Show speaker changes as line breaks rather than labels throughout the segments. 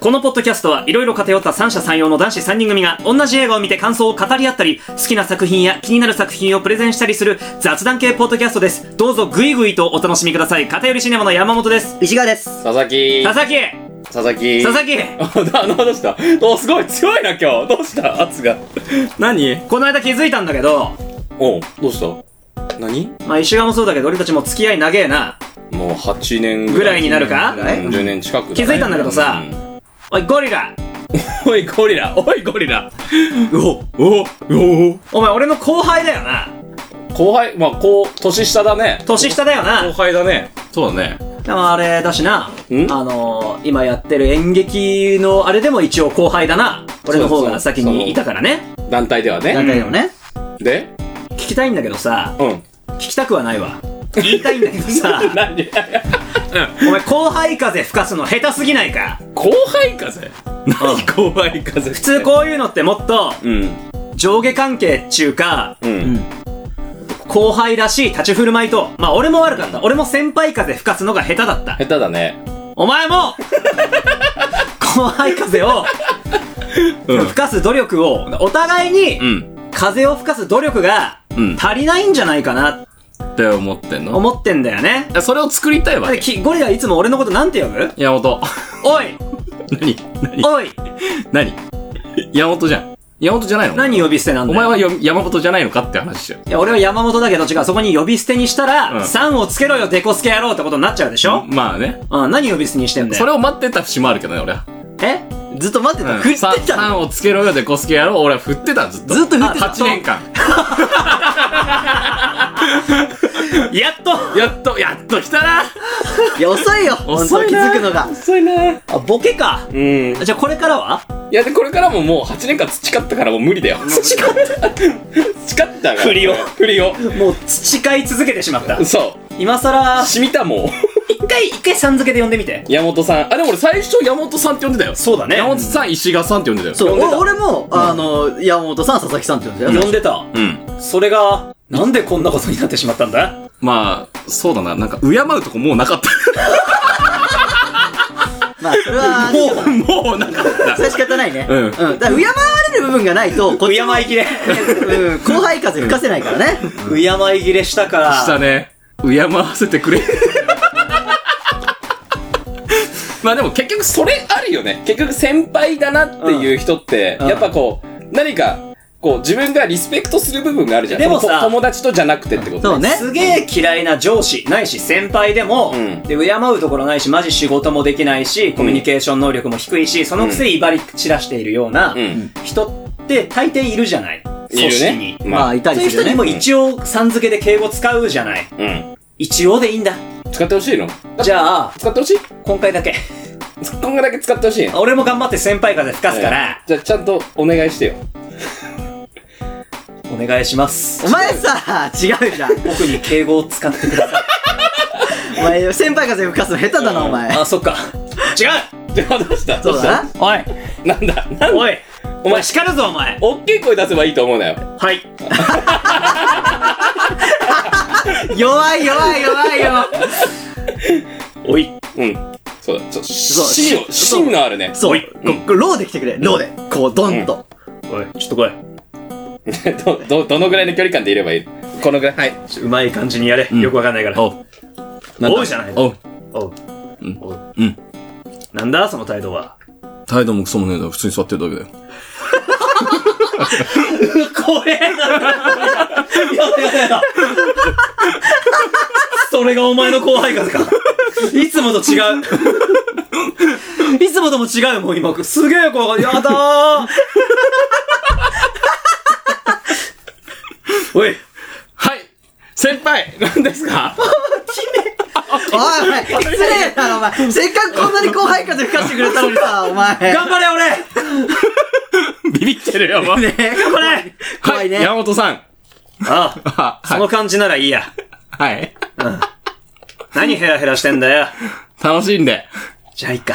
このポッドキャストはいろいろ偏った三者三様の男子3人組が同じ映画を見て感想を語り合ったり好きな作品や気になる作品をプレゼンしたりする雑談系ポッドキャストですどうぞグイグイとお楽しみください片寄りシネマの山本です
石川です。
佐々木
佐々木
佐々木
佐々木
木 あのどうしたおすごい強いな今日どうした圧が何
この間気づいたんだけど
おうどうした何
まあ石川もそうだけど俺たちも付き合い長えな
もう8年
ぐらいになるか
ぐらい10年近く
気づいたんだけどさ
うん
おいゴリラ
おいゴリラおいゴリ ラおおお
お前俺の後輩だよな
後輩まあこう年下だね
年下だよ
後
な
輩だねそうだね
でもあれだしなあ
ん
のー、今やってる演劇のあれでも一応後輩だな俺の方が先にいたからね
団体では
なん
ね
だよね。
で
聞きたいんだけどさ
うん
聞きたくはないわ 言いたいんだけどさ
何
お前後輩風吹かすの下手すぎないか
後輩風何後輩風普
普通こういうのってもっと
うん
上下関係っちゅうか
う
うんん。
後輩らしい立ち振る舞いとまあ俺も悪かった俺も先輩風吹かすのが下手だった
下手だね
お前 も後輩風を
うん
吹かす努力をお互いに
うん
風を吹かす努力が
うん
足りないんじゃないかなって
って思ってんの
思ってんだよね
いやそれを作りたい
だ
わ
ってきゴリラいつも俺のことなんて呼ぶ
山本。
おい
何何
おい
何山本じゃん。山本じゃないの
何呼び捨てなん
お
だよ
前はよ山本じゃないのかって話してる。
いや、俺は山本だけど違う。そこに呼び捨てにしたら、
うん
さん、をつけろよ、デコスケ野郎ってことになっちゃうでしょ、
まあね。
うん、何呼び捨てにしてんだよ。
それを待ってた節もあるけどね、俺は。
え
ずっと待ってた。振って
さ
たの。
3をつけろよでコスケやろう。俺は振ってた、ずっと。
ずっと振ってた
あ8年間。
やっと
やっと、やっと来たない
や、遅いよ。本当
遅い
気
な
づくのが。
遅いな
あ、ボケか。
うん。い
じゃあこれからは
や、で、これからももう8年間培ったからもう無理だよ。培った培ったから。
振りを
振りを。
もう培い続けてしまった。
そ
今さら
う。、染みたもん。
一回、一回さん付けで呼んでみて。
山本さん。あ、でも俺最初山本さんって呼んでたよ。
そうだね
山本さん、石川さんって呼んでたよ。
そう、
呼んでた
お俺も、あの、山本さん、佐々木さんって言うんだよ。
呼んでた。
うん。
それが、なんでこんなことになってしまったんだ
まあ、そうだな。なんか、敬うとこもうなかった。
まあ、それは、
もう、もうなかった。
それは仕方ないね。
うん
うん。だから、敬われる部分がないと、こっ
敬
ちも、
い切れ。
うん、後輩風吹かせないからね。
敬い切れしたから。
したね。敬わせてくれ。まあでも結局それあるよね。結局先輩だなっていう人って、
うん
やっぱこう、何か、こう自分がリスペクトする部分があるじゃん。
でもさ
そのと友達とじゃなくてってこと
そうね。
すげえ嫌いな上司ないし先輩でも、
うん
で敬うところないしマジ仕事もできないしコミュニケーション能力も低いしそのくせ威張り散らしているような
うん。
人って大抵いるじゃない
い
組
る
織
ね
に。。
まあ、いた
そう
り
いう
する
人
よ
に
ね。
も一応さん付けで敬語使うじゃない
うん。
一応でいいんだ
使ってほしいの
じゃあ
使ってほしい
今回だけ
こんがだけ使ってほしい。
俺も頑張って先輩風吹かすから、
じゃあちゃんとお願いしてよ。
お願いします
お前さ、違うじゃん。
僕に敬語を使ってください
お前、先輩風吹かすの下手だな、お前。
あそっか違う
じゃあどうした
そうだ
どう
な。
おい
したなんだなんだ
おいお
お
前
前
叱るぞお前
おっきい声出せばいいと思うなよ。
はい
弱い弱い弱いよ。
おい
うん。そうだ。ちょっと、
そう
芯を、
そう
芯のあるね。
そ
お
う
い。
ここローで来てくれ。ローで。こう、ドンと。
おいちょっと来い
ど、ど、どのぐらいの距離感でいればいいこのぐらい。はい。
うまい感じにやれ。
ん
よくわかんないから。
おう。なんだ
おうじゃない
おう。
おう。
うん
おう。
うん。
なんだその態度は。
態度もクソもねえだろ。普通に座ってるだけだよ。
怖えな。やだやだやだ。それがお前の後輩風か。いつもと違う。いつもとも違うもん、今。すげえ怖い。やだー。おい。
はい先輩何ですか
おいお前、失礼だろ、お前。せっかくこんなに後輩風吹かしてくれたのにさ、お前。
頑張れ、俺
ビビってるよ、もう。
ね
頑張れ
怖いね
は山本さん。
ああ、
は、
そ
は
の感じならいいや。
い。はい。
何ヘラヘラしてんだよ。
楽しんで。
じゃあ、いっか。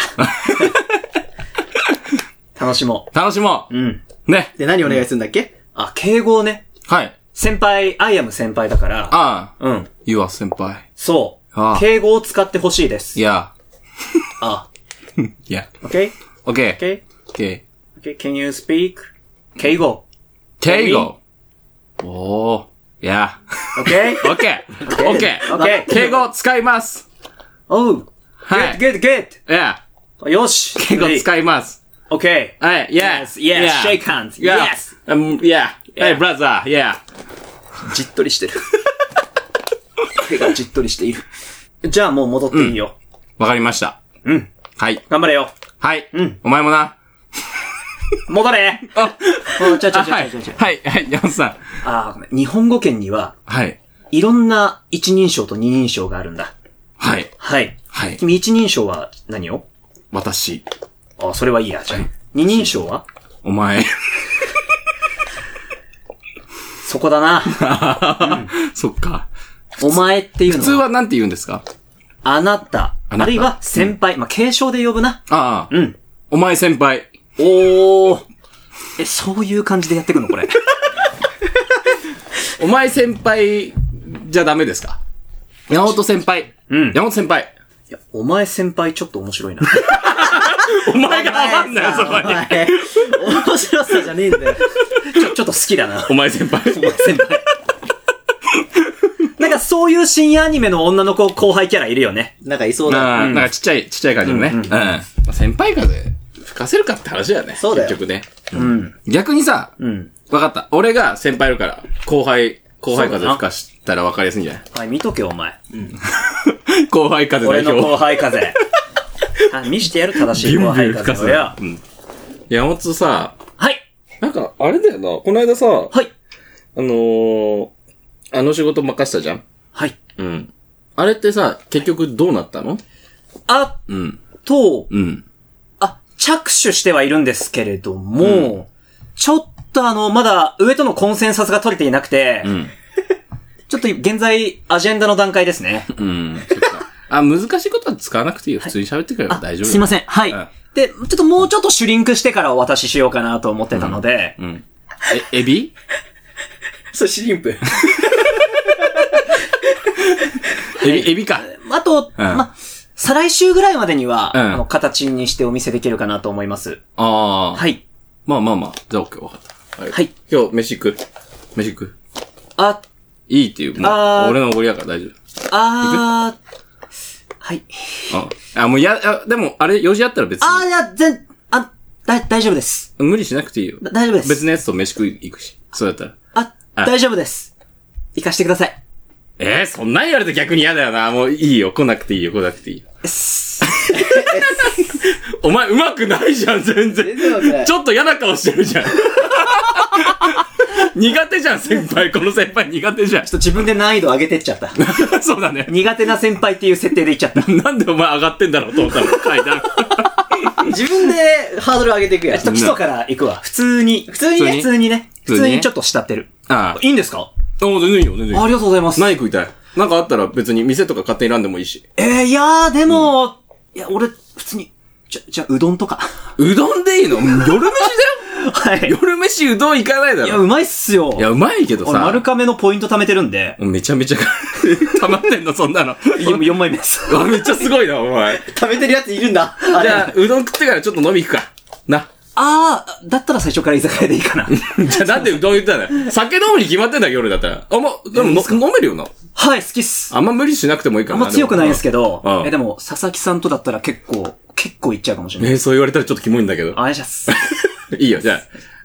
楽しも
楽しも
う。うん。
う。ね。
で、何お願いするんだっけ
あ、敬語をね。
はい。
先輩、アイアム先輩だから。
ああ。
うん。
You are 先輩。
そう
あ。あ
敬語を使ってほしいです。
いや。
あ。
Yeah.
Okay?
Okay.
Okay?
Okay.
Okay, can you speak? 敬語。
Tego. Oh. Yeah.
Okay?
Okay. Okay.
Okay.
敬語使います。
Oh,
はい。
good, good,
Yeah.
good. よし。
敬語使います。
Okay.
はい。Yes.
Yes, yes,
Yeah.
shake hands.
Yeah.
Yes.
Um, yeah. Hey, brother. Yeah.
じっとりしてる。手がじっとりしている。じゃあもう戻っていいよ。
わかりました。
うん。
はい。
頑張れよ。
はい。
ん
お前もな。
戻れ
あ、
おちゃち
あ
ゃち
は
ゃ
い。
ちゃちゃ。
はい。はい。山本さん。
あーごめん日本語圏には、
はい。
いろんな一人称と二人称があるんだ。
はい。
はい。
はい。
君一人称は何を
私。
あ、それはいいや。じゃあ二人称は
お前。
そこだ な。
そっか。
お前っていうの
普通はなんて言うんですか
あなた。
あなた
あるいは先輩。まあ、継承で呼ぶな。
ああ。
うん。
お前先輩。
おー。え、そういう感じでやってく のこれ。
お前先輩じゃダメですか山本先輩。
うん
山本先輩。
いや、お前先輩ちょっと面白い な。
お前が
あ
わかんな いよ、そこに。
面白さじゃねえん だよ。
ちょ、ちょっと好きだな。
お前先輩。
先輩。なんかそういう深夜アニメの女の子後輩キャラいるよね。
なんかいそうだ。
な あなんかちっちゃい、ちっちゃい感じのね。うん。まあ先輩風吹かせるかって話だよね。
そうだよ
結局ね。
うん。
逆にさ、
うん。
わかった。俺が先輩いるから、後輩、後輩風吹かしたらわかりやすいんじゃ な
はい、見とけよ、お前。
い後輩風
俺
代
の
表。
後輩風。あ見してやる、正しい
ビュ
後
ンビュ
輩
ン吹か
風
す
をよ
な。。うん。山本さ、
はい、
なんか、あれだよな。この間さ、
はい、
あのー、あの仕事任せたじゃん
はい。
うん。あれってさ、結局どうなったの
あ
うん。
と、
うん。
あ、着手してはいるんですけれども、ちょっとあの、まだ上とのコンセンサスが取れていなくて、
うん。
ちょっと現在、アジェンダの段階です ね。
うん。そっか。あ、難しいことは使わなくていいよ。普通に喋ってくれば
あ
大丈夫
すいま
ん。
せん。はい。
うん
で、ちょっともうちょっとシュリンクしてからお渡ししようかなと思ってたので、
うん。え、エビ
それシリンプ。
エビ、エビか。
あと、ま、再来週ぐらいまでには、
うん
あの、形にしてお見せできるかなと思います。
ああ。
はい。
まあまあまあ。じゃあ、オッケー、わかった。は
はい。
今日、飯行く飯行く
あ、
いいっていう。もう
あー
俺のおごりだから大丈
あー、はい。
夫。うん。あ、もうや、あでも、あれ、用事あったら別
あ
に。
ー、いや、全、あ、だ、大丈夫です。
無理しなくていいよ。
だ大丈夫です。
別のやつと飯食い行くし。そうだったら。
あ、
あ
大丈夫です。行かしてください。
えー、そんなん言われて逆に嫌だよな。もういいよ。来なくていいよ。来なくていいよ。
す
お前、上手くないじゃん、全然。ちょっと嫌な顔して るじゃん。苦手じゃん、先輩。この先輩苦手じゃん
ちょっ。と自分で難易度上げてっちゃった。
そうだね。
苦手な先輩っていう設定でいっち ゃった。
なんでお前上がってんだろうと思ったの。階 段。
自分でハードル上げていくや
ち
ん
ょっ。と基礎から行くわ。普通に。普通
にね
普通にね。
普
普
通
通
にね
にちょっと慕ってる。
ああ。
いいんですか
お全然いいよ、全然いい
あ
よ。
りがとうございます。
何食いたいなんかあったら別に店とか勝手に選んでもいいし。
えー、いやー、でも、いや、俺、普通に、じゃ、じゃあ、うどんとか。
うどんでいいの夜飯だよ
はい。い
夜飯うどん行かないだ
や、
ろ。
うまいっすよ。
いや、うまいけど
俺、
さ。
丸亀のポイント貯めてるんで、
めちゃめちゃ 溜まってんの、そんなの。
今4枚目です。
うわめっちゃすごいな、お前。
貯めてるやついるんだ。あ
じ
れ
ゃあ、うどん食ってからちょっと飲み行くか。 な。
あー、だったら最初から居酒屋でいいかな。
じゃあなんでうどん言ったんだよ。酒飲むに決まってんだよ、夜だったら。あんま、でもの飲めるよな。
はい、好きっす。
あんま無理しなくてもいいか
あ
ら
んま強くないですけど
うんう、ん
え、でも、佐々木さんとだったら結構、結構いっちゃうかもしれ
ね
ない。
え、そう言われたらちょっとキモいんだけど。
あ、お願いします。
いいよ、じゃ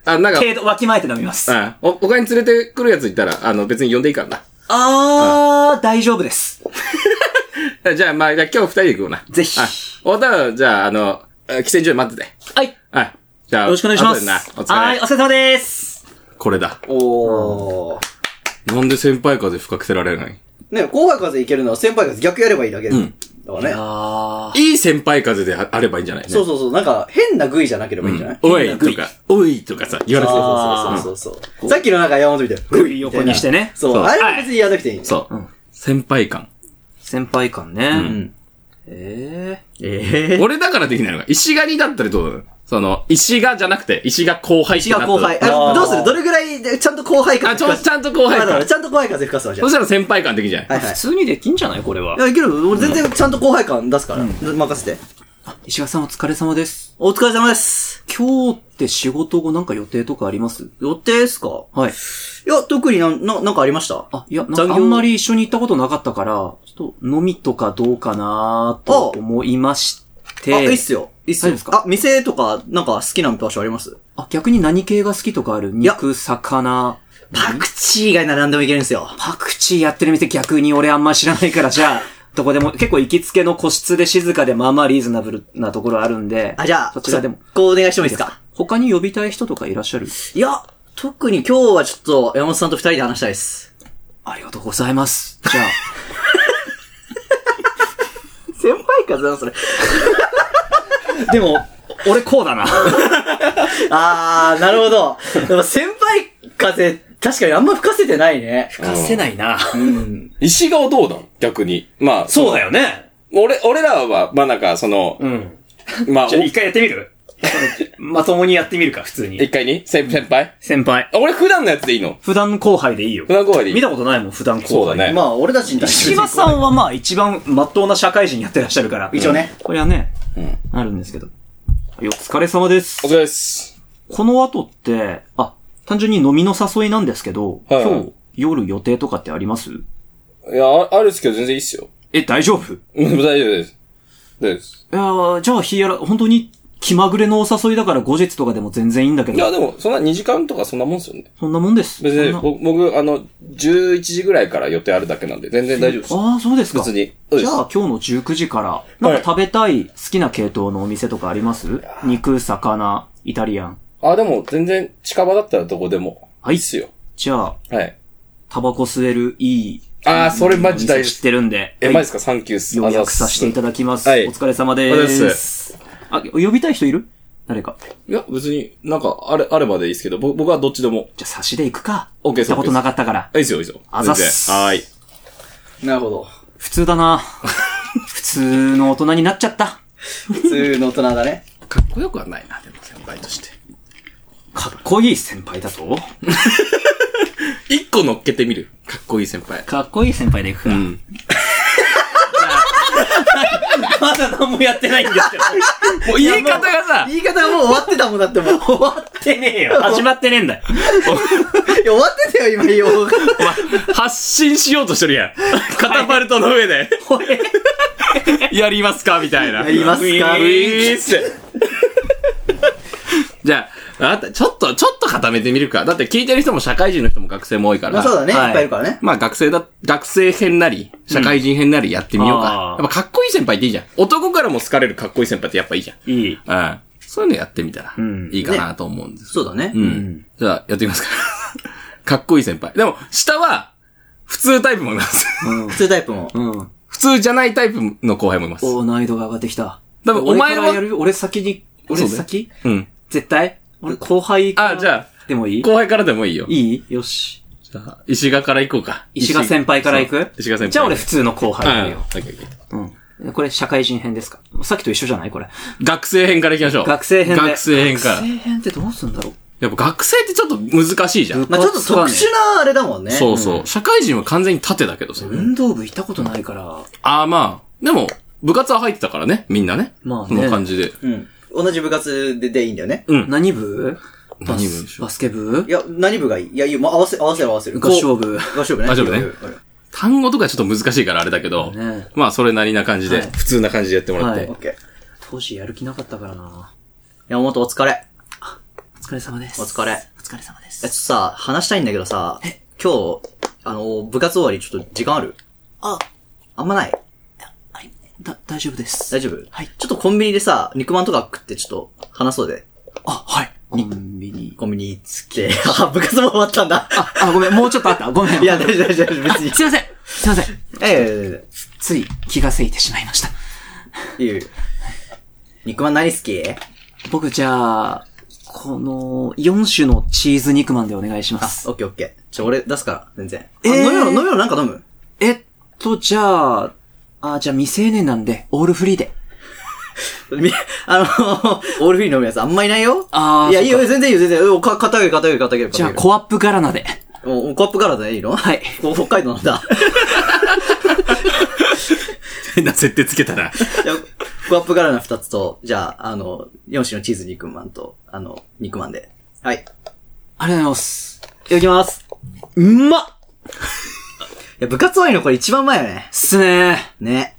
あ。あ、なんか、
程度、わきまえて飲みます。あ
あ、お、他に連れてくるやついたら、あの、別に呼んでいいから
あー、大丈夫です。
な。 じゃあ、まあ、じゃあ今日二人で行こうな。
ぜひ
あ、終わったら、じゃあ、あの、あ喫煙所で待ってて。
はい。よ
はい。じゃあ、
ろしくお願いしま
後
す。
でなお疲れ。
はい、お疲れ様です。
これだ。
おー。
なんで先輩風吹かせられない
ね、後輩風いけるのは先輩風逆やればいいだけで。
うん
だからね。
あ
いい先輩風でああればいいんじゃないね
そうそうそう。なんか、変なグイじゃなければいいんじゃない、
おいとか、おいとかさ、言われてた。
そうそうそうそうそう。さっきのなんか山本みたいな。
グイ横にしてね
そう。
そう
あれは別にやらなくていい。
そう。先輩感。
先輩感ね。
ん
ええ
え
俺だからできないのか。石狩だったらどうだろうその、石がじゃなくて、石が後輩って
違
なっ
う
た
後輩。
あ
あ
ー
どうするどれぐらいで、ちゃんと後輩風
あ、ちょ、ちゃんと後輩
だから
感。
ちゃんと後輩風吹かすわ、じゃ
そしたら先輩感できんじゃない
あ。はいは
普
い。。
通にできんじゃないこれはい
や、いける俺全然ちゃんと後輩感出すから。任せて。
石川さんお疲れ様です。
お疲れ様です。
今日って仕事後なんか予定とかあります
予定ですか
はい。
いや、特になん、な、なんかありました
あ、いや、なん
残
か
業
あんまり一緒に行ったことなかったから、ちょっと飲みとかどうかなと思いまして。
あ、いいっすよ。いいっす
大丈夫
よ。
ですか
あ、店とか、なんか好きな場所あります
あ逆に何系が好きとかある
や
肉、魚。
パクチー以外なら何でもいけるんですよ。
パクチーやってる店逆に俺あんま知らないから、じゃあ、 どこでも、結構行きつけの個室で静かでまあまあリーズナブルなところあるんで。
あ、じゃあ、
そちらでも。
こうお願いしてもいいですか
他に呼びたい人とかいらっしゃる
いや、特に今日はちょっと山本さんと二人で話したいです。
ありがとうございます。じゃあ、
先輩風だな、それ。
でも、俺こうだ な。
あー、なるほど。でも先輩風、確かにあんま吹かせてないね。
出せないな。
うん。
石川どうなん逆に。まあ、
そうだよね。
その。俺、俺らは、まあなんか、その、
うん。
まあ、
じゃあ一回やってみるまともにやってみるか、普通
お一
に。
回に先先輩
先輩。
俺普段のやつでいいの
普段後輩でいいよ
普。段後輩でいい
見たことないもん、普段後輩。
そうだね
まあ、俺たちに対
石破さんはまあ一番真っ当な社会人やってらっしゃるから。
一応ね
これはね、
うん
あるんですけど。はいお疲れ様で
お
す。
疲れです。
この後って、あ、単純に飲みの誘いなんですけど、
はいはい
今日夜予定とかってあります
いや、ああるっすけど全然いいっすよ。
え、大丈夫い
うん大丈夫です。大丈夫です。
やーじゃあ日やら、本当に気まぐれのお誘いだから後日とかでも全然いいんだけ
いや、
ど、
でも、そんな2時間とかそんなもんっすよね。
そんなもんです。
別に、
そんな
ぼ僕、あの、11時ぐらいから予定あるだけなんで、全然大丈夫です。
ああ、そうですか。
別に。そうで
じ
す
ゃあ今日の19時から、なんか食べたい好きな系統のお店とかあります、肉、魚、イタリアン。
あ、でも、全然、近場だったらどこでも。
はい
いっすよ。
じゃあ、
はい。
タバコ吸えるいい。
あーそれマジ大
お
事
店知ってるんで。
え、
はい
マジですかサンキューっす。
予約させていた
だ
だきます。
はい
お疲れ様で。
お疲れ様です
あ、呼びたい人いる誰か。
いや、別に、なんか、あれ、あればでいいっすけど、ぼ僕はどっちでも。
じゃあ、差しで行くか。
オッケー
行ったことなかったから。
いいっすよ、いいっすよ。
あざっす
全然はーい。
なるほど。
普通だ な普通の大人になっちゃった。
普通の大人だね。
かっこよくはないな、でも、先輩として。
かっこいい先輩だと
一個乗っけてみる。かっこいい先輩。
かっこいい先輩で行くか。
うん。
まだ何もやってないんですけど。
もう言い方がさ、
言い方はもう終わってたもんだってもう。終わっ
やってねえよ。始まってねえんだよ。
て、いや終わってたよ、今言おうが。
お前発信しようとしてるやん。カタパルトの上で。 やりますかみたいな。
やりますか
ウィーンって。 じゃあ、あなた、ちょっと、ちょっと固めてみるか。だって聞いてる人も社会人の人も学生も多いから。
まあそうだね、
はい
い、っぱいいるからね。
まあ学生だ、学生編なり、社会人編なりやってみよう
あ
か。
ー
やっぱかっこいい先輩っていいじゃん。男からも好かれるかっこいい先輩ってやっぱいいじゃん。
いい。
うん。そういうのやってみたら
ん、
いいかなと思うんです。
そうだね。
うん。じゃあ、やってみますか。 かっこいい先輩。でも、下は、普通タイプもいます。
普通タイプも。
うん。
普通じゃないタイプの後輩もいます。
おー難易度が上がってきた。
多分お前は
俺からやる俺先に、俺先
うん。
絶対俺後輩から
あじゃ
でもいい
後輩からでもいいよ。
いいよし。
じゃあ石賀から行こうか。
石賀先輩から行
そう
く
石賀先輩。
じゃあ俺普通の後輩だ
はい。オ
よ
ッ。ケーオッケー
うん。これ社会人編ですかさっきと一緒じゃないこれ。
学生編から行きましょう。
学生編で。
学生編から
学。生編ってどうすんだろう
やっぱ学生ってちょっと難しいじゃん。
まあちょっと特殊なあれだもんね。
そうそう。社会人は完全に縦だけどさ。
運動部行ったことないから、
ああまあ。でも、部活は入ってたからね。みんなね。
まあね
その感じで。
うん。同じ部活ででいいんだよね。
うん。
何部バ
何部でし
ス
ょう
バスケ部
いや、何部がいいいや、いいよ、まあ、合わせ、合わせる合わせる。
合唱部
こう合唱部ね。
合唱部ね
合唱部。
単語とかちょっと難しいからあれだけど。
ね
まあそれなりな感じで、
はい
普通な感じでやってもらって。
はい
オッケー。
当時やる気なかったからな
山本お疲れ。え、
お疲れ様です。
お疲れ
お疲れ様で
ちょっと
す。
さ、話したいんだけどさ、今日、あの、部活終わりちょっと時間ある
あ、
あんまない
はい。だ、大丈夫です。
大丈夫
はい
ちょっとコンビニでさ、肉まんとか食ってちょっと話そうで。
あ、はい。コンビニ。
コンビニつけ。あ、部活も終わったんだ。
あ、あ、ごめん、もうちょっとあった。ごめん。
いや、大丈夫大丈夫大丈夫別に
すいません。すいません。。
え
つい気がせいてしまいました。
え、いいよいいよ。肉まん何好き
僕じゃあ、この4種のチーズ肉まんでお願いしま
あ、
す。
オッケーオッケー。ちょ、俺出すから、全然。あ
えー
飲めろ、飲めろ、なんか飲む
えっと、じゃあ、あ、じゃあ未成年なんで、オールフリーで。
みあの、オールフィー飲むやつあんまいないよ
あー
いや、
そ
いうい
か
よ、全然いいよ、全然。うん、か、肩上げ、肩上げ、肩上げ。
じゃあ、
こ、
コアップガラナで。
おコップからでいいの
はい。
こ北海道なんだ。
変 な設定つけたら。
じゃあ、コアップガラナ2つと、じゃあ、あの、4種のチーズ肉まんと、あの、肉まんで。はい。い
ありがとうございます。
ただきます。
うんまっ
いや、部活終わりのこれ一番前よね。
すね
ね。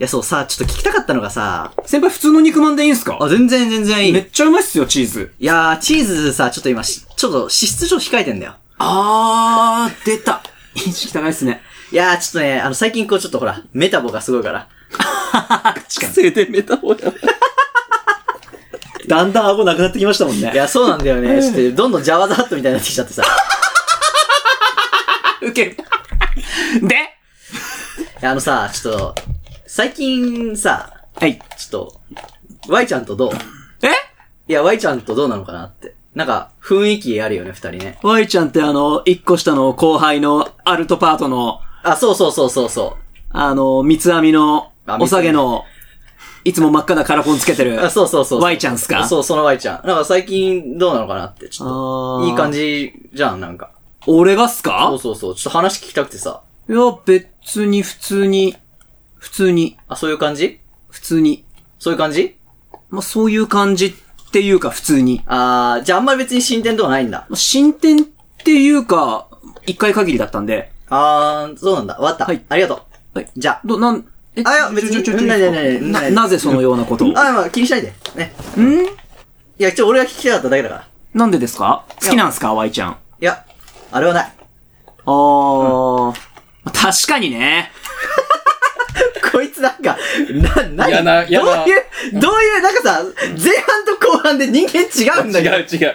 いや、そうさ、ちょっと聞きたかったのがさ、
先輩普通の肉まんでいいんすか
あ、全然全然いい。
めっちゃうまいっすよ、チーズ。
いやー、チーズさ、ちょっと今し、ちょっと脂質上控えてんだよ。
あー、出た。意識高いっすね。
いやー、ちょっとね、あの、最近こうちょっとほら、メタボがすごいから。
癖でメタボや。
だんだん顎なくなってきましたもん
い。や、そうなんだよ ね。ちょっと、どんどんジャワザハットみたいになってきちゃってさ。
ウ ケる。で
いや、あのさ、ちょっと、最近さ、
はい。
ちょっと、Y ちゃんとどう
え
いや、Y ちゃんとどうなのかなって。なんか、雰囲気あるよね、二人ね。
ワイちゃんってあの、一個下の後輩のアルトパートの、
あ、そうそうそうそうそ
あの、三つ編みの、
あ
お下げの、いつも真っ赤なカラコンつけて
う。
る。
あ、そうそうそうそう。
Y ちゃんっすか
そう、その Y ちゃん。なんか最近どうなのかなって、ちょ
あー
っと。いい感じじゃん、なんか。
俺がっす
そ
か
うそうそう。ちょっと話聞きたくてさ。
いや、別に普通に、普通に、
あ、そういう感じ
普通に。
そういう感じ
まあ、そういう感じっていうか普通に。
あー、じゃああんまり別に進展とかないんだ。
まあ進展っていうか、一回限りだったんで。
あー、そうなんだ。わかった。
はい
ありがとう。
はい
じゃ
ど、なん、え
あいや別に
ちょちょちょ
ないないない
な
ない
なぜそのようなことを
あ。あ、まあ、気にしないで。ね。
ん
いや、ちょ、俺が聞きたかっただけだから。
なんでですか好きなんすかワイちゃん。あ
いや、あれはない。
ー。確かにね。
こいつなんか、な、な
嫌な嫌な
どういう、どういう、なんかさ、前半と後半で人間違うんだ
違
けど。
う違う。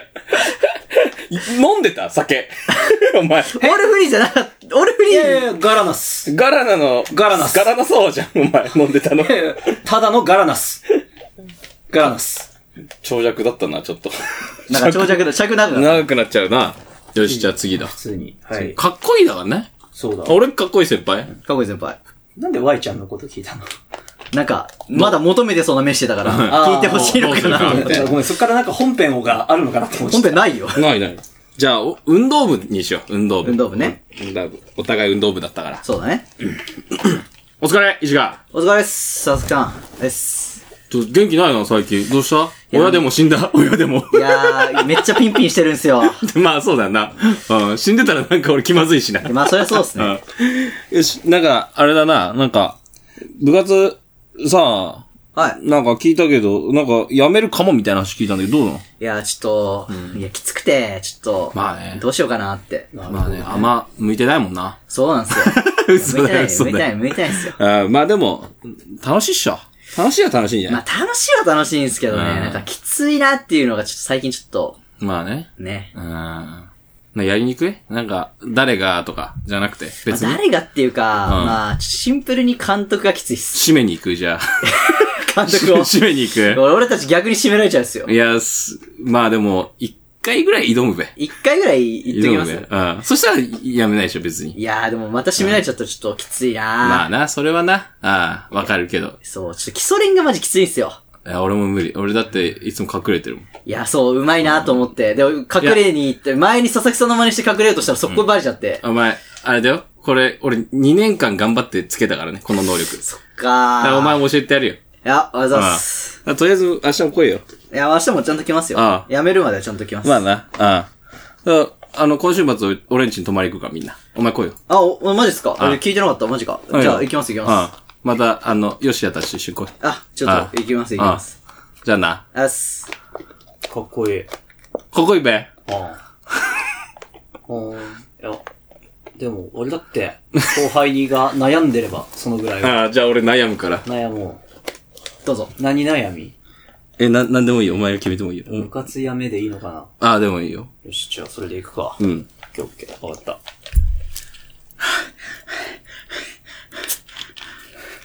飲んでた酒。 お前。
オールフリーじゃなかった。オールフリー。
や、ガラナス。
ガラナの、
ガラナス
ガラナそうじゃん、お 前。飲んでたの。
ただのガラナス。ガラナス。
長尺だったな、ちょっと。
なんか長尺だ、尺長くなる。
長くなっちゃうな。よし、じゃあ次だ。
普通に。はい。
かっこいいだからね。
そうだ
俺かっこいい先輩
かっこいい先輩。
なんでワイちゃんのこと聞いたの
なんか、まだ求めてそうな目してたから、
あー
聞いてほしいのかな。
どうするかみたいな
ごめん、そっからなんか本編があるのかなって思っ
本編ないよ。
ないない。じゃあ、お運動部にしよう。運動部。
運動部ね。
運動部。お互い運動部だったから。
そうだね。
お疲れ、石川。
お疲れっす、さすかん。です。
ちょっと元気ないな、最近。どうした
や
親でも死ん だ親でも。
いやー、め っちゃピンピンしてるんすよ。
まあ、そうだよな。うん。死んでたらなんか俺気まずい しな。
まあ、そりゃそうっすね。
うん。よし、なんか、あれだな、なんか、部活、さあ、
はい。
なんか聞いたけど、なんか、辞めるかもみたいな話聞いたんだけど、どうなの
いやー、ちょっと、いや、きつくて、ちょっと、
まあね
どうしようかなって。
まあね、あんま、向いてないもんな。
そうなんすよ。
嘘だよ嘘
向いて
だ
ない、
よ
向いてない、向いてないっすよ。
あまあでも、楽しいっしょ。楽しいは楽しいんじゃな
ま
い
あ、楽しいは楽しいんですけどね、
うん
なんかきついなっていうのがちょっと最近ちょっと、
まあね。
ね。
うん。なやりにくいなんか、誰がとか、じゃなくて、別に。
誰がっていうか、
うん
まあ、シンプルに監督がきつい っす。
締めに行くじゃあ。
監督を。
締めに行く
俺俺たち逆に締められちゃうんですよ
い。や、すまあでも、一回ぐらい挑むべ。
一回ぐらい言っとき
挑
ま
む
す
べ。うん。そしたら、やめないでしょ、別に。
いやー、でもまた締められちゃったらちょっときつい
ま
なー
あな、それはな。ああ、わかるけど。
そう、ちょっと基礎練がマジきついんすよ。
いや、俺も無理。俺だって、いつも隠れてるもん。
いや、そう、うまいなと思って。で、隠れに行って、前に佐々木さんの真似して隠れようとしたら速攻バレちゃって。
お前、あれだよ。これ、俺、2年間頑張ってつけたからね、この能力。
そっか
だ
ー。
からお
い
前も教えてやるよ。
や、ありがとうございま
あ
す。
あとりあえず、明日も来いよ。
いや、明日もちゃんと来ますよ。
ああ
辞めるまではちゃんと来ます。
まあな、ああ。だからあの、今週末、俺んちに泊まり行くから、みんな。お前来いよ。
あ、お、おマジっすか
あ
俺聞いてなかった、マジか。じゃあ、行きます、行きます。
す。うんまた、あの、ヨシヤたちと一緒に来い。
あ、ちょ
あ
っと、行きます、行きます。
じゃあな。
あっす。
かっこいい。
ここ行べ。
ああ。うん。いや、でも、俺だって、後輩にが悩んでれば、そのぐらいは。
ああ、じゃあ俺悩むから。
悩も
どうぞ。
う。何悩み
え、な、なんでもいいよ。お前が決めてもいいよ。
部活やめでいいのかな
ああ、でもいいよ。
よし、じゃあ、それで行くか。
う
オッ
ん。
ケーオッケー。わかった。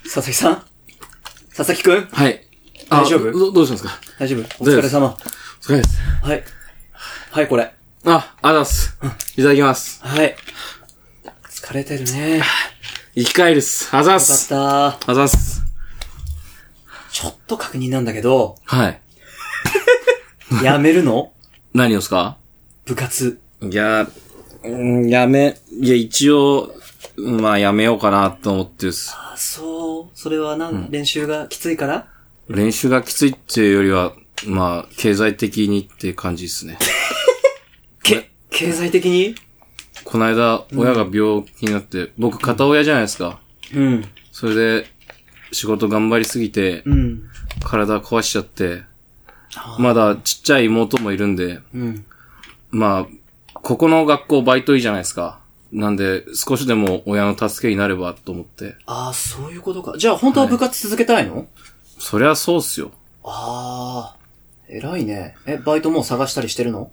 佐々木さん佐々木くん
はい。あ
大丈夫
どどうしたんですか
大丈夫お疲れ様。
お疲れです。
はい。はい、これ。
あ、ありがとうございます。いただきます。
はい。疲れてるね。よか
生き返るっす。あざっ
っ
す。
た。
あざっす。
ちょっと確認なんだけど、
はい。
やめる の
何をですか
部活。
いや、うん、やめ、いや、一応、まあ、やめようかなと思ってるっす。
あ、そう。それはなん、練習がきついから
練習がきついっていうよりは、まあ、経済的にって感じですね。
け、経済的に
この間、親が病気になって、僕、片親じゃないですか。
うん。
それで、仕事頑張りすぎて、
うん。
体壊しちゃって、まだちっちゃい妹もいるんで、
うん。
まあ、ここの学校バイトいいじゃないですか。なんで、少しでも親の助けになればと思って。
ああ、そういうことか。じゃあ本当は部活続けたいの、
そりゃそうっすよ。
ああ、偉いね。え、バイトもう探したりしてるの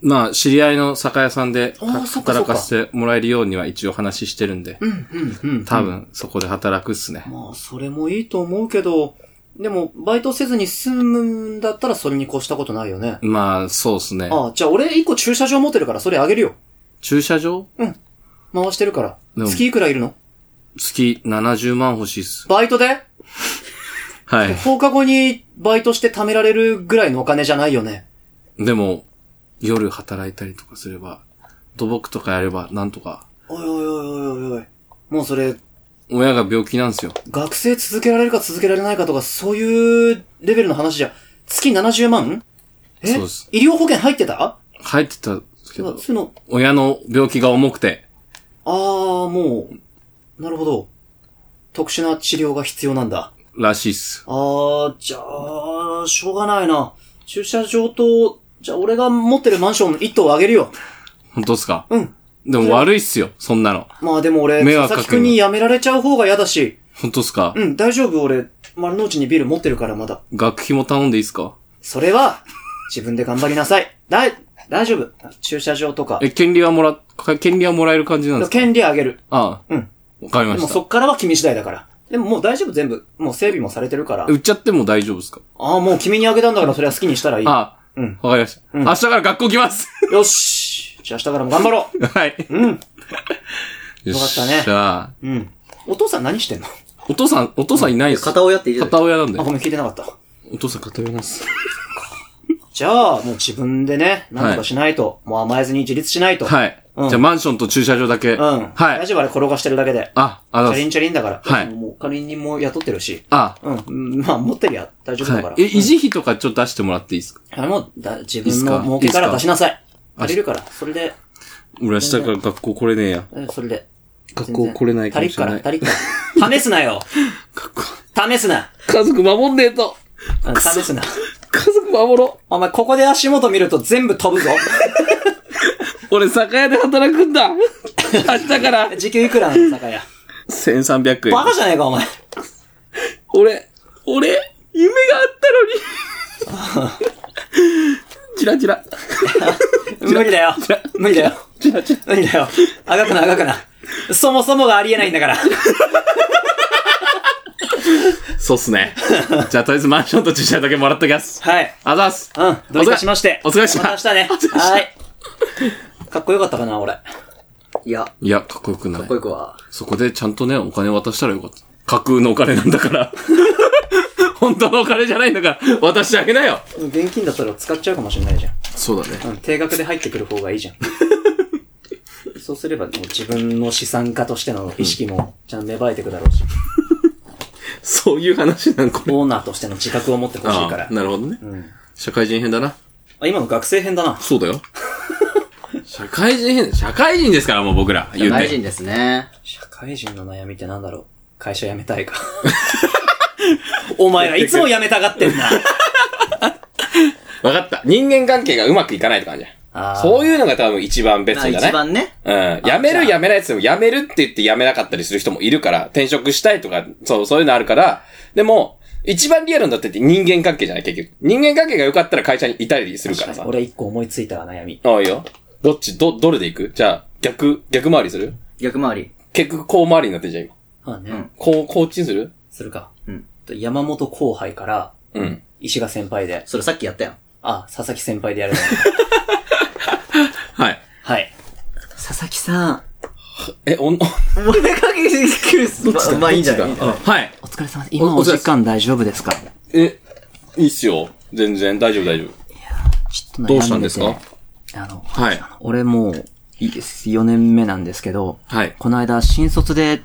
まあ、知り合いの酒屋さんで
あーそっか
働かせてもらえるようには一応話してるんで、
うん、うん、うん。
多分そこで働くっすね。
まあ、それもいいと思うけど、でも、バイトせずに済むんだったらそれに越したことないよね。
まあ、そうっすね。
ああ、じゃあ俺一個駐車場持ってるからそれあげるよ。
駐車場
回してるから。
でも
月いくらいるの
月70万欲しいっす。
バイトで
はい。
放課後にバイトして貯められるぐらいのお金じゃないよね。
でも、夜働いたりとかすれば、土木とかやればなんとか、
おいおいおいおいおいおい。もうそれ、
親が病気なんですよ。
学生続けられるか続けられないかとか、そういうレベルの話じゃ、月70万え
そうです
医療保険入ってた
入ってたんですけ
うわ
ど、
そういうの、
親の病気が重くて、
あー、もう、なるほど。特殊な治療が必要なんだ。
らしいっす。
あー、じゃあ、しょうがないな。駐車場と、じゃあ俺が持ってるマンション一棟あげるよ。
本当っすか
うん。
でも悪いっすよ、そんなの。
まあでも俺、
迷
佐
惑かける
々木くんに辞められちゃう方が嫌だし。
本当っすか
うん、大丈夫俺、丸の内にビール持ってるからまだ。
学費も頼んでいいっすか
それは、自分で頑張りなさい。だ、大丈夫。駐車場とか。
え、権利はもら、か権利はもらえる感じなんですか
権利あげる。
ああ、
うん。
わかり
で
ま
も
し
そ
た。
っからは君次第だから。でももう大丈夫全部。もう整備もされてるから。
売っちゃっても大丈夫っすか
ああ、もう君にあげたんだからそれは好きにしたらいい。
ああ、
うん
わかりました。明日から学校来ます
よし。じゃあ明日からも頑張ろ
はい。
う。うん。
よ
よかったね
じゃあ、
うん。お父さん何してんの
お父さん、お父さんいないっす。
片親って言ってた。
片親なんで
あ、。ごめん聞いてなかった。
お父さん片親なんです。
じゃあ、もう自分でね、なんとかしないと。もう甘えずに自立しないと。
はい。
うん
じゃあマンションと駐車場だけ。
うん。
は
大
い。
丈夫あれ転がしてるだけで。
あ、あ
チ
ざ
ャ
っ
リ
す
ンチャリンだから。
はい
もう管理人も雇ってるし。
あ、
うんうん。 まあ、持ってりゃ大丈夫だから。
はい。え、維持費とかちょっと出してもらっていいですか
あれも、だ、自
いいっ
分
す
の
か
儲けから
いいっ
出
すか
しなさい。借りるから。それで、
俺明日から学校来れねえや。
えそれで。
学校来れないかもしれない。
足りっから、足りっから。試すなよ。試すな。
家族守んねえと。
うん試すな。
家族守ろ
お前、ここで足元見ると全部飛ぶぞ。
う。俺、酒屋で働くんだ。明日から。
時給いくらなの、酒屋。
1300
バ
円。
カじゃねえか、お前。
俺、俺、夢があ ったのに。チラチラ。
無理だよ。無理だよ。
チラチラ。
無理だよ。あがくな、あがくな。そもそもがありえないんだから。
そうっすね。じゃあ、とりあえずマンションと駐車場だけもらっときます。
はい。
あざっす。
うん、どういたしまして。
お疲れっした
また明日ね。はい。かっこよかったかな、俺。
いや、か
いや、かっこよくない
っこ。よくは。
そこでちゃんとね、お金渡したらよかった。架空のお金なんだから。 本当のお金じゃないんだから、渡してあげなよ。
現金だったら使っちゃうかもしれないじゃん。
そうだね。
うん、定額で入ってくる方がいいじゃん。そうすれば、もう自分の資産家としての意識もちゃんと芽生えてくだろうし、
そういう話なんこれ。
オーナーとしての自覚を持ってほしいから
ああ。なるほどね。
うん
社会人編だな。
あ、今の学生編だな。
そう だよ。社会人編、社会人ですから、もう僕ら。言う
大
て。
臣ですね。
社会人の悩みってなんだろう会社辞めたいか。 お前らいつも辞めたがって んな。
わかった。人間関係がうまくいかないって感じ
あー
そういうのが多分一番ベス
まあ
トじゃ
一
ない
番ね。
うん。辞め
じゃあ
る辞めないって言っても、辞めるって言って辞めなかったりする人もいるから、転職したいとか、そう、そういうのあるから、でも、一番リアルになってって人間関係じゃない、結局。人間関係が良かったら会社にいたりするからさ。
俺一個思いついたわ悩み。
ああ、いいよ。どっち、ど、どれで行くじゃあ、逆、逆回りする
逆回り。
結局、こう回りになってんじゃん、今。
まあね、
うん
こう、こっちにする
するか。
うん。
山本後輩から、
うん。
石賀先輩で、
それさっきやったやん。
あ、佐々木先輩でやる の。
はい。
はい。
佐々木さん。
え、お
お
ん、
前かけてくるす。まあいいんじゃない
どっちだはい。
お疲れ様です。
今おお疲れ様ですお時
間大丈夫ですかちょ
え、いいっすよ。全然、大丈夫、大丈夫。
っと悩んでて
どうしたんですか
あの、
はい。
俺もう、
いいです。4年目なんですけど、
はい
この間、新卒で、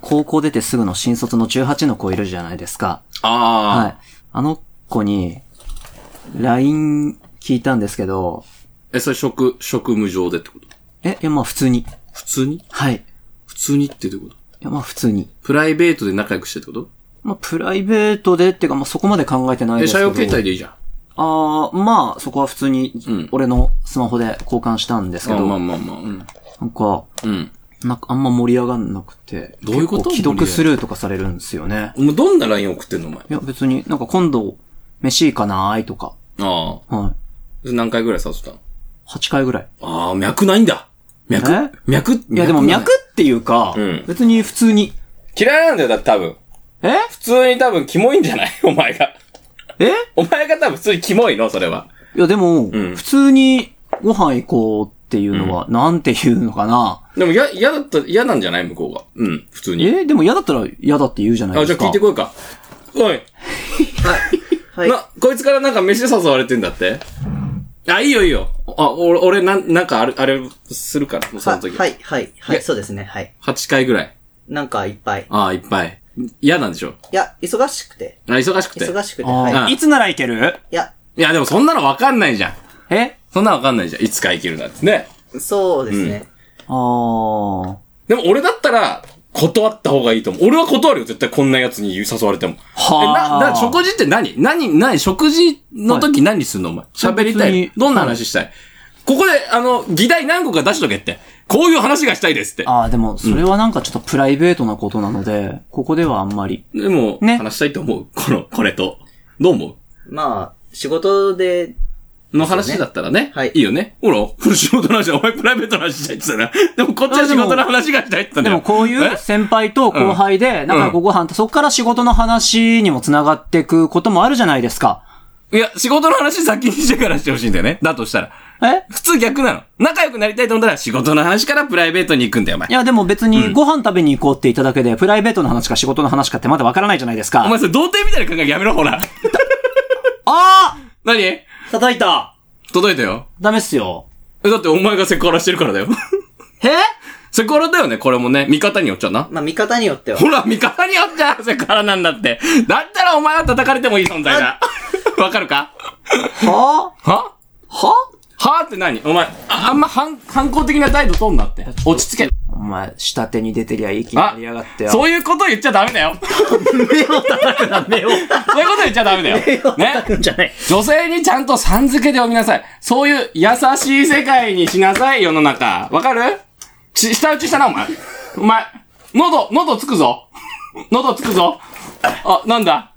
高校出てすぐの新卒の18の子いるじゃないですか。は
ああ。
い。あの子に、LINE 聞いたんですけど、
え、それ職、職務上でってこと
え、いや、まあ普通に。
普通に
はい。い
普通にってどういうこと
や、まあ普通に。
プライベートで仲良くしてってこと
まあプライベートでっていうか、まあそこまで考えてない
え、
ですけ
社
ど。
用携帯でいいじゃん。
ああ、まあそこは普通に
ん、
俺のスマホで交換したんですけ
あ
ど、
まあまあまあ。うん。
なんか、
うん。
なんかあんま盛り上がんなくて。
どういうこと
結構既読スルーとかされるんですよね。
お前どんな LINE 送ってんのお前。
いや、別に、なんか今度、飯行かないとか。
あ
は
あ。何回ぐらい誘ったの
い。8回ぐらい。
ああ、脈ないんだ。脈
え
脈
いや、でも
ない
脈っていうか、
うん
別に普通に。
嫌いなんだよ、だって多分。
え
普通に多分キモいんじゃない お前が。
え
お前が多分普通にキモいのそれは。
いや、でも、
ん
普通にご飯行こうっていうのは、なんていうのかな。
でも、や、嫌だった、嫌なんじゃない向こうが。うん、普通に。
えでも嫌だったら嫌だって言うじゃない
あ、
で
じゃ
す
あ
か。
聞いてこようか。おい、
はい。はい。
な、こいつからなんか飯誘われてんだってあ、いいよいいよ。あ、俺、俺、なん、なんかあれ、あれ、するから、もうその時。
はい、はい、は
え
い、そうですね、はい。
8回ぐらい。
なんかいっぱい。
ああ、いっぱい。嫌なんでしょ
いや、忙しくて。
あ、忙しくて。
忙しくて、
あ
はい。
ー
はい
いつなら行ける
いや、
いや、でもそんなのわかんないじゃん。
え
そんなのわかんないじゃん。いつか生きるなんてね。
そうですね。
あー。
でも俺だったら、断った方がいいと思う。俺は断るよ、絶対こんなやつに誘われても。
はあ
えな、な、食事って何何、何、食事の時何すんの、お前。喋り
普
た
通
い
に。
どんな話したい、ここで、あの、議題何個か出しとけって。こういう話がしたいですって。
あー、でも、それはなんかちょっとプライベートなことなので、ここではあんまり。
でも、
ね
話したいと思う。この、これと。どう思
まあ、仕事で、
うの話だったらね。
はい
いいよね。ほら、これ仕事の話だ。お前プライベートの話したいって言ってたな。 でもこっちは仕事の話がしたいって言ったん
で
だよ。
もこういう
え
先輩と後輩で仲良くご飯とそこから仕事の話にも繋がっていくこともあるじゃないですか。
いや、仕事の話先にしてからしてほしいんだよね。だとしたら。
え
普通逆なの。仲良くなりたいと思ったら仕事の話からプライベートに行くんだよ、お前
い。やでも別にご飯食べに行こうって言っただけで、プライベートの話か仕事の話かってまだわからないじゃないです
お
か。
前それ童貞みたいな考えやめろ、ほら。
あー
何
叩いた
届いたよ。
ダメっすよ。
えだってお前がセクハラしてるからだよ。
え
セクハラだよね、これもね。見方によっちゃな。
まあ、見方によっては
ほ。ら、見方によっちゃセクハラなんだって。だったらお前は叩かれてもいい存在 だ。わかるか
は
は
は
はって何お前、ああんま反反抗的な態度取んなって。落ち着け。
お前、下手に出てりゃいい気になりやがってよ。
そういうこと言っちゃダメだよ。
目を。
そういうこと言っちゃダ メだよ。ね。
じゃない。
女性にちゃんとさん付けで呼びなさい。そういう優しい世界にしなさい、世の中。わかるち、下打ちしたな、お前。お前、喉、喉つくぞ。喉つくぞ。あ、なんだ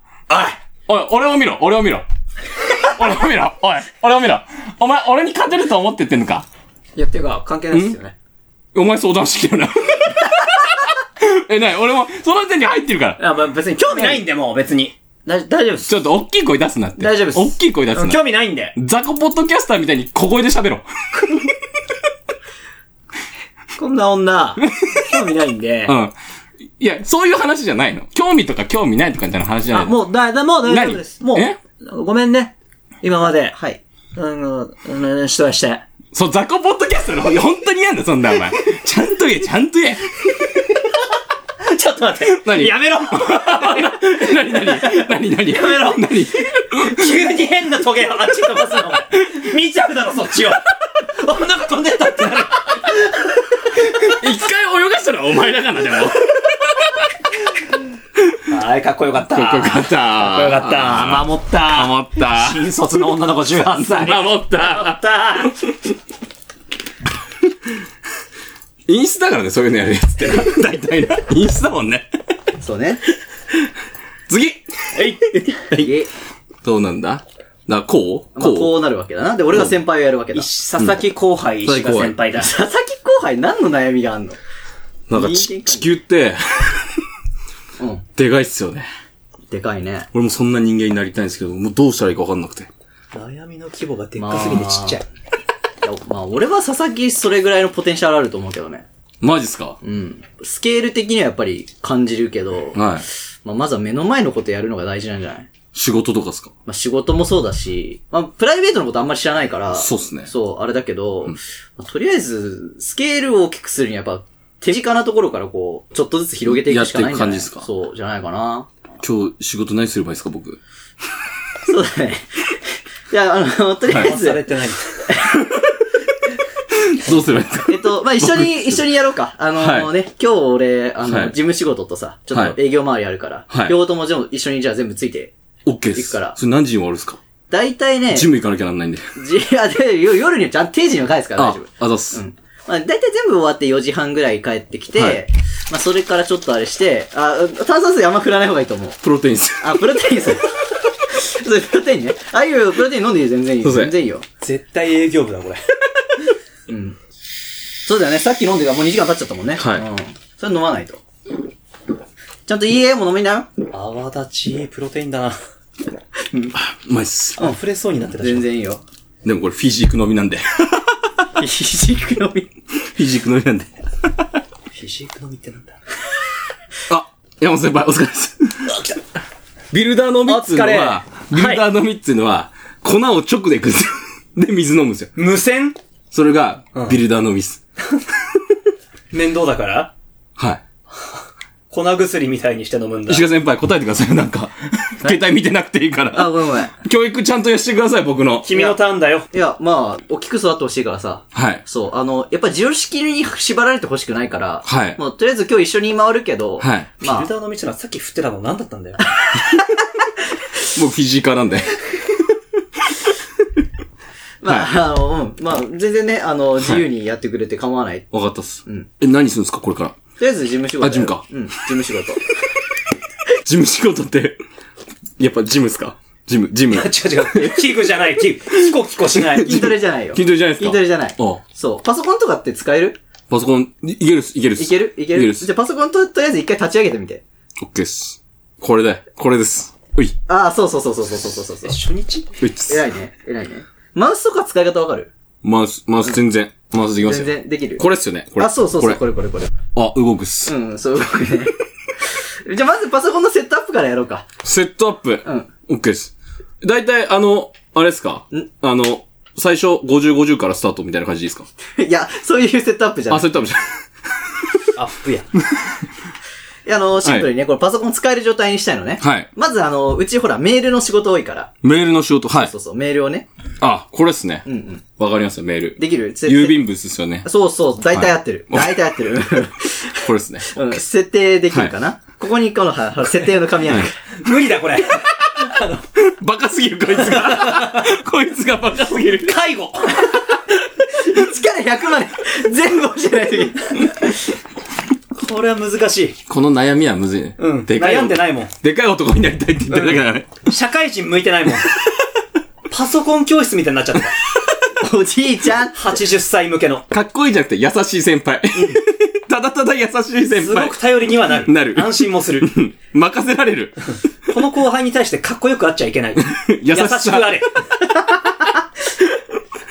おい、おい、俺を見ろ、俺を見ろ。俺を見ろ、おい、俺を見ろ。お前、俺に勝てると思って言ってんのか
いや、てか、関係ないですよね。
お前相談してきてるな。 え、なに俺も、その時点に入ってるから。
あ、まあ、別に興味ないんで、もう別に。だ大丈夫っす
ち。ょっと、大きい声出すなって。
大丈夫です
大きい声出すな。
興味ないんで。
ザコポッドキャスターみたいに小声で喋ろう。
こんな女、 興味ないんで。
うん。いや、そういう話じゃないの。興味とか興味ないとかみたいな話じゃな
あ、
いの。
もう、だ、だ、もう大丈夫です。
何
も
え
う、ごめんね。今まで。
はい。
あの、あの、人はして。
そう、雑魚ポッドキャストの方、本当に嫌んだ、そんなお前。ちゃんと言え、ちゃんと言え。
ちょっと待って。
何
やめ ろ
なになになになにや
めろ
なに
急に変なトゲをあっちに飛ばすの。見ちゃうだろ、そっ ちを。あ、なんか飛んでったってなる。
一回泳がしたのはお前だから、でも。
はい、かっこよかった。
かっこよかった。かっ
よかった。守った。
守った。
新卒の女の子18歳。
守った。
守っ
インスタだからね、そういうのやるやつってな。大体な。インスタもんね。
そうね。
次
た。えい。
え、
どうなんだだ、こう
まあ、
こ
こうなるわけだな。で、俺が先輩をやるわけだ。佐
佐々木後輩、石川先輩だ。
々木後輩何の悩みがあんの
うなんか
人間
ち、
関係
地球って、
うん。
でかいっすよね。
でかいね。
俺もそんな人間になりたいんですけど、もうどうしたらいいかわかんなくて。
悩みの規模がでっ
ま
かすぎてちっちゃい。
あ。いやまあ、俺は佐々木それぐらいのポテンシャルあると思うけどね。
マジっすか
うん。スケール的にはやっぱり感じるけど、
はい。
まあ、まずは目の前のことやるのが大事なんじゃない
仕事とかですか
まあ、仕事もそうだし、まあ、プライベートのことあんまり知らないから、
そうっすね
そう、あれだけど、まあとりあえず、スケールを大きくするにはやっぱ、手近なところからこう、ちょっとずつ広げていくしかないんじゃない
やっていく感じっすか
そう、じゃないかな。
今日仕事何すればいいですか 僕。
そうだね。いや、あの、とりあえず、
されてない。
どうすればいいですか
えっと、まあ、一緒に、一緒にやろうか。あの
はい
ね、今日俺、あの、
はい
事務仕事とさ、ちょっ
は
と営業周りあるから、
はい
両方とも全部一緒にじゃあ全部ついて。
?OK です。
行くから
それ何時に終わるんですか
大体ね、
ジム行かなきゃなんないんで。
じあで夜夜にはちゃんと定時には返すから
あ
大丈夫。、
あざっす。
うんまあ、大体全部終わって4時半ぐらい帰ってきて、
はい
まあ、それからちょっとあれして、あ、炭酸水あんま振らない方がいいと思う。
プロテインっす。
あ、プロテインさ。それプロテインね。あ、いいよ、プロテイン飲んでいいよ、全然いいよ。
そうですね
全然いいよ。
絶対営業部だ、これ。
うん。そうだよね、さっき飲んでからもう2時間経っちゃったもんね。
はい
うん。それ飲まないと。ちゃんといいえ、もう飲みなよ。
泡立ち、いいプロテインだな。
うまいっす。
あ溢れそうになってたし
全然いいよ。
でもこれフィジークのみなんで。 フ
ひじく飲み。
ィジークのみなんで。
フィジークのみってなんだ。
あ、山本先輩、お疲れ です。ビルダー飲みっつうのは、ビルダー飲みっつうのは、粉を直でいくんですよ。で、水飲むんですよ。
無 線
それが、ビルダー飲みっ す。
面倒だから
はい。
粉薬みたいにして飲むんだ
石。川先輩、答えてくださいよ、なん か。携帯見てなくていいか
あ、
ら。
ごめんごめん。
教育ちゃんとしてください、僕の。
君のターンだよ。
いや、まあ、大きく育ってほしいからさ。
はい。
そう、あの、やっぱ常識に縛られてほしくないから、
はい
もうとりあえず今日一緒に回るけど、
はい
フィ
ま
ルダーの道のさっき振ってたの何だったんだよ。
僕フィジーカーなんで。
あ、 ま あ、あの、うん、まあ、全然ね、あの、自由にやってくれて構わない。
わかったっす
ん。
え、何するんですか、これから。
とりあえず事務仕事。
あ事務か
うん、事務仕事。
事務仕事って、やっぱジムっすかジム、ジム。
違う違う。器具じゃ ない、器具。キコキコしない。
筋トレじゃないよ。
筋トレじゃないですか
筋トレじゃない。
あ
そう。パソコンとかって使える
パソコン、いいけるっす、いけるっす。
いけるいける
いけるっ
じゃ
す
あ。パソコンととりあえず一回立ち上げてみて。
オッケーっす。これで、これです。うい、
ああ、そうそうそうそうそうそうそうそう。
初日
ういっす。
偉いね。偉いね。マウスとか使い方わかる
回す、回す、全然。回すできます
全
よ。
然できる。
これっすよね、これ。
あ、そうそうそう、こ
これ。
れこれこれ。
あ、動くっす。
うん、 そう動くね。じゃあまずパソコンのセットアップからやろうか。
セットアップ。
ん
オッケーっす。だいたい、あの、あれっすかあの、最初、50、50からスタートみたいな感じでいいっすか
いや、そういうセットアップじゃな
あ、
い。
セットアップじゃん。
アップや。
いやあの、シンプルにね、これパソコン使える状態にしたいのね。
はい
まずあの、うちほら、メールの仕事多いから。
メールの仕事、はい
そう。そう、メールをね。
あ、これっすね。
うんうん。
わかりますよ、メール。
できるせ
郵便物っすよね。
そうそう、大体合ってる。
は
大体合ってる。
これっすね。
うん、設定できるかな、ここにこの、はは設定の紙ある
無理だ、これ。
バカすぎる、こいつが。 こいつがバカすぎる。
介 護。
1から100まで全部教えないといけない。
これは難しい。
この悩みはむずいね。
うん。
でかい。。
悩んでないいもん。
でかい男になりたいって言ってるだけだからね。
社会人向いてないもん。パソコン教室みたいになっちゃった。
おじいちゃん。
80歳向けの。
かっこいいじゃなくて優しい先輩。 ただただ優しい先
すご
輩
く。頼りにはなる。
なる
安心もする。
うん 任せられる。
この後輩に対してかっこよくあっちゃいけない。 優
優しさ
しくあれ。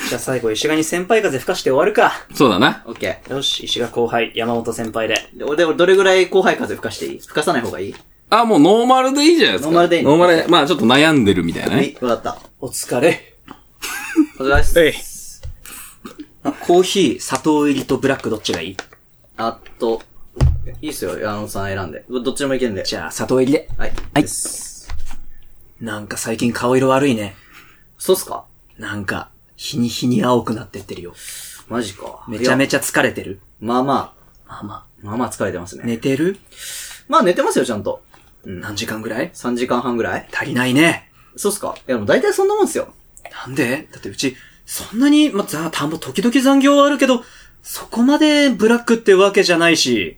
じゃあ最後、石賀に先輩風吹かして終わるか。
そうだな。
オッケ
よし、石賀後輩、山本先輩で。
ー。で俺、俺どれぐらい後輩風吹かしていい吹かさない方がいい
あ、もうノーマルでいいじゃないですか。
ノーマルでいい
ノーマルでまあちょっと悩んでるみたいな
は
ね。
い、わかった。
お疲れ。
お疲れ様です。
え
あコーヒー、砂糖入りとブラックどっちがいい
あと、いいっすよ、山本さん選んで。どっちでもいけんで。
じゃあ、砂糖入りで。
はい。
はい
です
なんか最近顔色悪いね。
そうっすか
なんか、日に日に青くなってってるよ。
マジか。
めちゃめ
ちゃ。
ちゃ疲れてる。
まあま
まあま
あ、まあまあ疲れてます
あ、
ね。
寝てる
まあ寝てますよ、ちゃんと。
何時間ぐらい
3時間半ぐらい
足りないね。
そうっすかいや、もう大体そんなもんっすよ。
なんでだってうち、そんなに、ま、ざ、田んぼ時々残業はあるけど、そこまでブラックってわけじゃないし。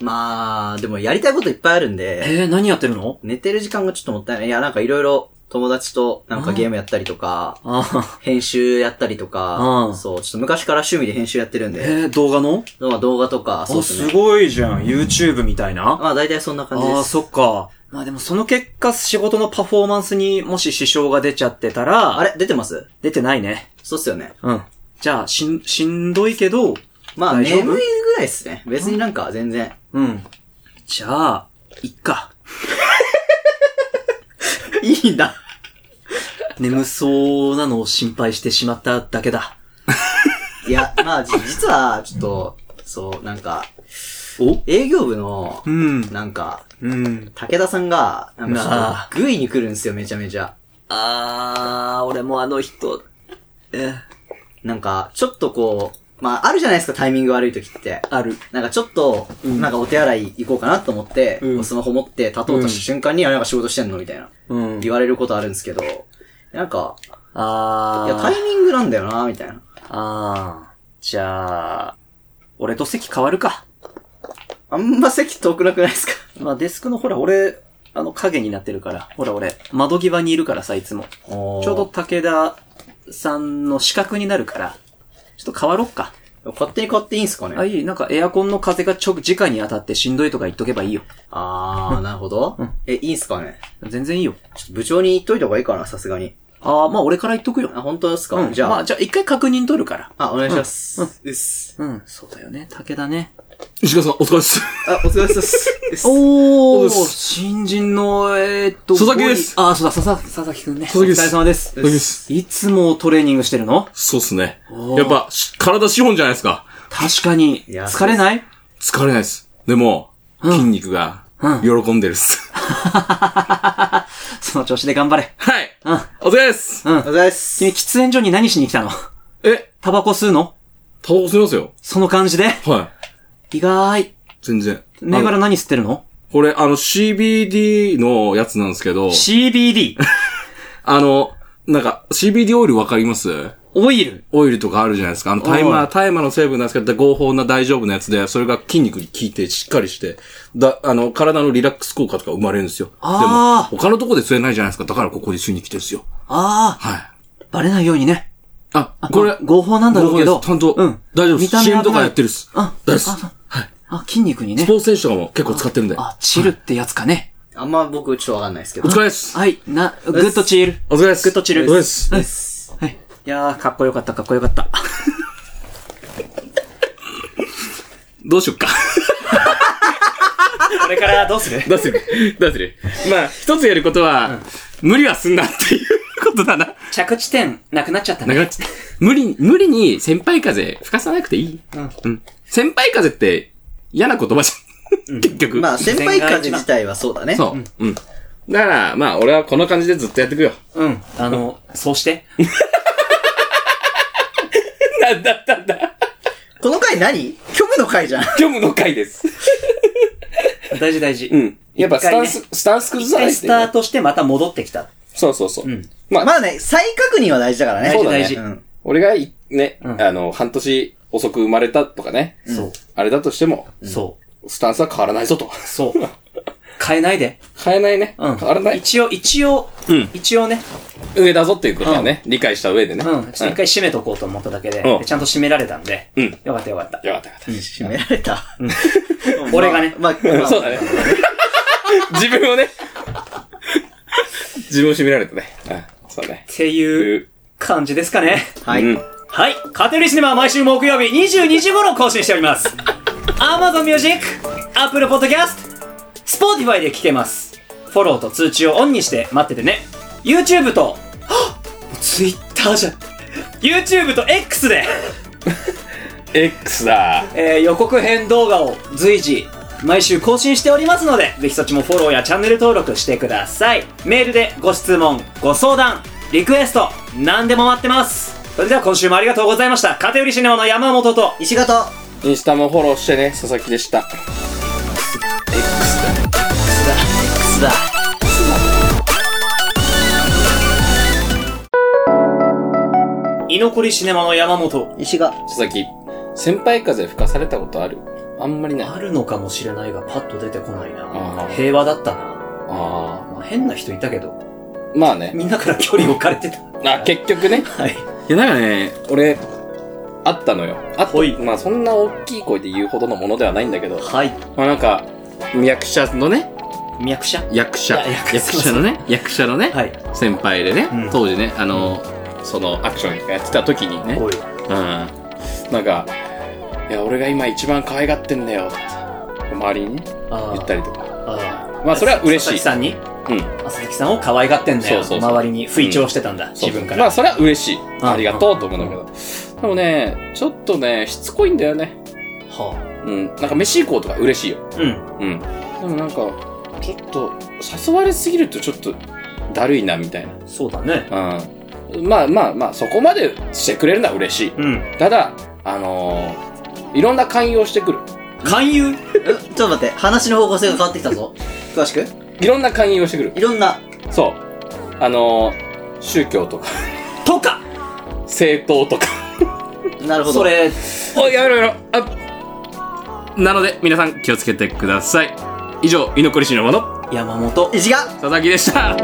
まあ、でもやりたいこといっぱいあるんで、
えー、何やってるの
寝てる時間がちょっともったいない。いや、なんかいろいろ友達となんかゲームやったりとか、
あ
編集やったりと
う
か、
ん
そう、ちょっと昔から趣味で編集やってるん
ー
で、
えー、動画の
まあ動画とか、そう
あ、
っす
す
ね。
ごいじゃん。YouTube みたいな。
まあ大体そんな感じ
あ
で
あ、
す。
そっか。まあでもその結果、仕事のパフォーマンスにもし支障が出ちゃってたら、
あれ出てます
出てないね。
そうっすよね。
うん。じゃあ、しん、しんどいけど、
まあ
大丈
眠
夫
いぐらいっすね。別になんか全然。
うん。じゃあ、いっか。
いいんだ。
眠そうなのを心配してしまっただけだ。
いや、まあ、じ 実は、ちょっと、そう、なんか、営業部の、
うん。
なんか、
うん。
武田さんが、なんかち
な
ょっと、グイに来るんですよ、めちゃめちゃ。
あー、俺もあの人、え、
なんか、ちょっとこう、まあ、あるじゃないですか、タイミング悪い時って。
ある。
なんかちょっと、なんかお手洗い行こうかなと思って、
うん
スマホ持って立とうとした瞬間に、あなんか仕事してんのみたいな、
うん。
言われることあるんですけど、なんか、
あー。
いや、タイミングなんだよな、みたいな。
あー。じゃあ、俺と席変わるか。
あんま席遠くなくないですか
まあデスクのほら、俺、あの影になってるから、ほら俺、窓際にいるからさ、いつも。
ちょ
ちょうど武田さんの視角になるから、ちょっと変わろっか。
ど、勝手に買っていいんすかね
あ、いい、なんかエアコンの風が直、直に当たってしんどいとか言っとけばいいよ。
あー、なるほど。え、いいんすかね
全然いいよ。
ちょっと部長に言っといた方がいいかな、さすがに。
ああ、まあ俺から言っとくよ。
あ、本当ですか、
うん、
じゃあ、
まあじゃあ一回確認取るから。
あ、お願いします。うっす。
うん、そうだよね。武田ね。
石川さん、お疲れっす。
あ、お疲れ様です。うっす
お
う
お
っす
新人の、えー、っと、
佐々木です
ごいああ、そうだ、佐々木、佐々木くんね。
々木です
お疲れ様です。
佐々木です
いつもトレーニングしてるの
そうっすね。やっぱ、し体資本じゃないですか。
確かに。
いや
疲れない
疲れないです。でも、筋肉が、喜んでるっす。
その調子で頑張れ。
はい
うん。
お疲れです
お疲れ様です。
君、喫煙所に何しに来たの
え、
タバコ吸うの
タバコ吸いますよ。
その感じで
は
意外。
い。全然。
銘
あの
柄何吸ってるの
これ、あの、CBD のやつなんですけど、
?CBD。
あの、なんか、CBD オイルわかります
オイ ル。
オイルとかあるじゃないですか。あの、タイマー、タイマーの成分なんですけど、合法な大丈夫なやつで、それが筋肉に効いて、しっかりして、だ、あの、体のリラックス効果とか生まれるんですよ。でも、
あ
他のとこで吸えないじゃないですか。だからここで吸いに来てるんですよ。
あ
はい。
あ、バレないようにね。
あ、これ、
合法なんだろうけど
合法ですちゃんと、
うん
大丈夫で
見た
す。
目
CM と
危な
か
い
やってるっす。
あ
大丈夫です。
あそう
はい。
あ、筋肉に
ス
ね
ポ。ーツ選手とかも結構使ってるんで。
あ、チルってやつかね。
あんま僕ちょっとわかんないですけ
お
ど。
疲れです。
はい、な、グッドチール。
お疲れです。
グッドチル
お疲れです。
はい。いやー、かっこよかった、かっこよかった。
どうしよっか。
これからどうする
どうするどうするまあ、一つ言えることは、無理はすんなっていうことだな。
着地点、なくなっちゃった
な
ね。
くなっちゃった無理、無理に先輩風吹かさなくていい。うん。先輩風って嫌な言葉じゃん。結局。
まあ、先輩風自体はそうだね。
そう。うん。だから、まあ、俺はこの感じでずっとやっていくよ。
うん。あ の、そうして。
なんだったんだ。
この回何虚無の回じゃん。
虚無の回です。
大事大事。
うん。やっぱスタンス、
一
スタンス崩さ
回
な
ね
い
一回スタ
といけない
ートしてまた戻ってきた。
そうそうそう。
ん
まあ、
まあね、再確認は大事だからね。
そうだね
大事大
うん。
俺がい、ね、あの、半年遅く生まれたとかね、
そう。
あれだとしても、
そ
スタンスは変わらないぞと。
う。そう。変えないで。
変えないね。
うん。
変わらない。
一応、一応、
うん
一応ね。
上だぞっていうことはね、理解した上でね。
うん。ちょっと一回締めとこうと思っただけで、
うん
でちゃんと締められたんで。
うん
よかったよかった。
よかったよかっ
締められた。
俺がね。
まあ、ま
た。
あ
そうだね。自分をね、自分を締められたね。うん、そうだね
っ。ていう感じですかね。
はい。
うん
はい。カテリシネマは毎週木曜日22時頃更新しております。Amazon Music、Apple Podcast、Spotify で聞けます。フォローと通知をオンにして待っててね。YouTube と、は っ Twitter じゃん。YouTube と X で、
X だ。
えー予告編動画を随時毎週更新しておりますので、ぜひそっちもフォローやチャンネル登録してください。メールでご質問、ご相談、リクエスト、何でも待ってます。それでは今週もありがとうございました。カテウリシネマの山本と、
石形。
インスタもフォローしてね、佐々木でした。
居残りシネマの山本。
石が。
佐々木、先輩風吹かされたことあるあんまりない。
あるのかもしれないが、パッと出てこないな
あ。ー
平和だったな。
あ
まあ、変な人いたけど、
あ。まあね。
みんなから距離置かれてた。
あ、結局ね。
はい。
いや、なんかね、俺、あったのよ。あっ
ほい
まあそんな大きい声で言うほどのものではないんだけど、
はい。
まあなんか、役者のね、
脈者
役者、
いや役
役者のね、役者のね、
はい。
先輩でね、
うん
当時ね、あの、そのアクションやってた時にね、
おい。
うん。なんか、いや、俺が今一番可愛がってんだよ、って周りにね、
あ
言ったりとか。
あ
まあそれは嬉しい
佐々木さんに
うん。
佐々木さんを可愛がってんだよ。
そうそうそう
周りに吹聴してたんだ、自分か
ま
ら。
あ、それは嬉しい。ありがとうと思うんだけど。でもね、ちょっとね、しつこいんだよね。
は
うん。なんか飯行こうとか嬉しいよ。
あ、うん。
うん。でもなんか、ちょっと、誘われすぎるとちょっと、だるいな、みたい
そうだね。
な。うん。まあまあまあ、そこまでしてくれるのは嬉しい。
うん。
ただ、あのーいろんな勧誘をしてくる。
勧誘
えちょっと待って、話の方向性が変わってきたぞ。詳しく
いろんな勧誘をしてくる。
いろんな、
そう。あのー宗教とか、
とか
政党とか。
なるほど。
それ、
おい、やめろやめろ。あ、
なので、皆さん気をつけてください。以上、居残り市のもの、
山本。
石が
佐々木でした。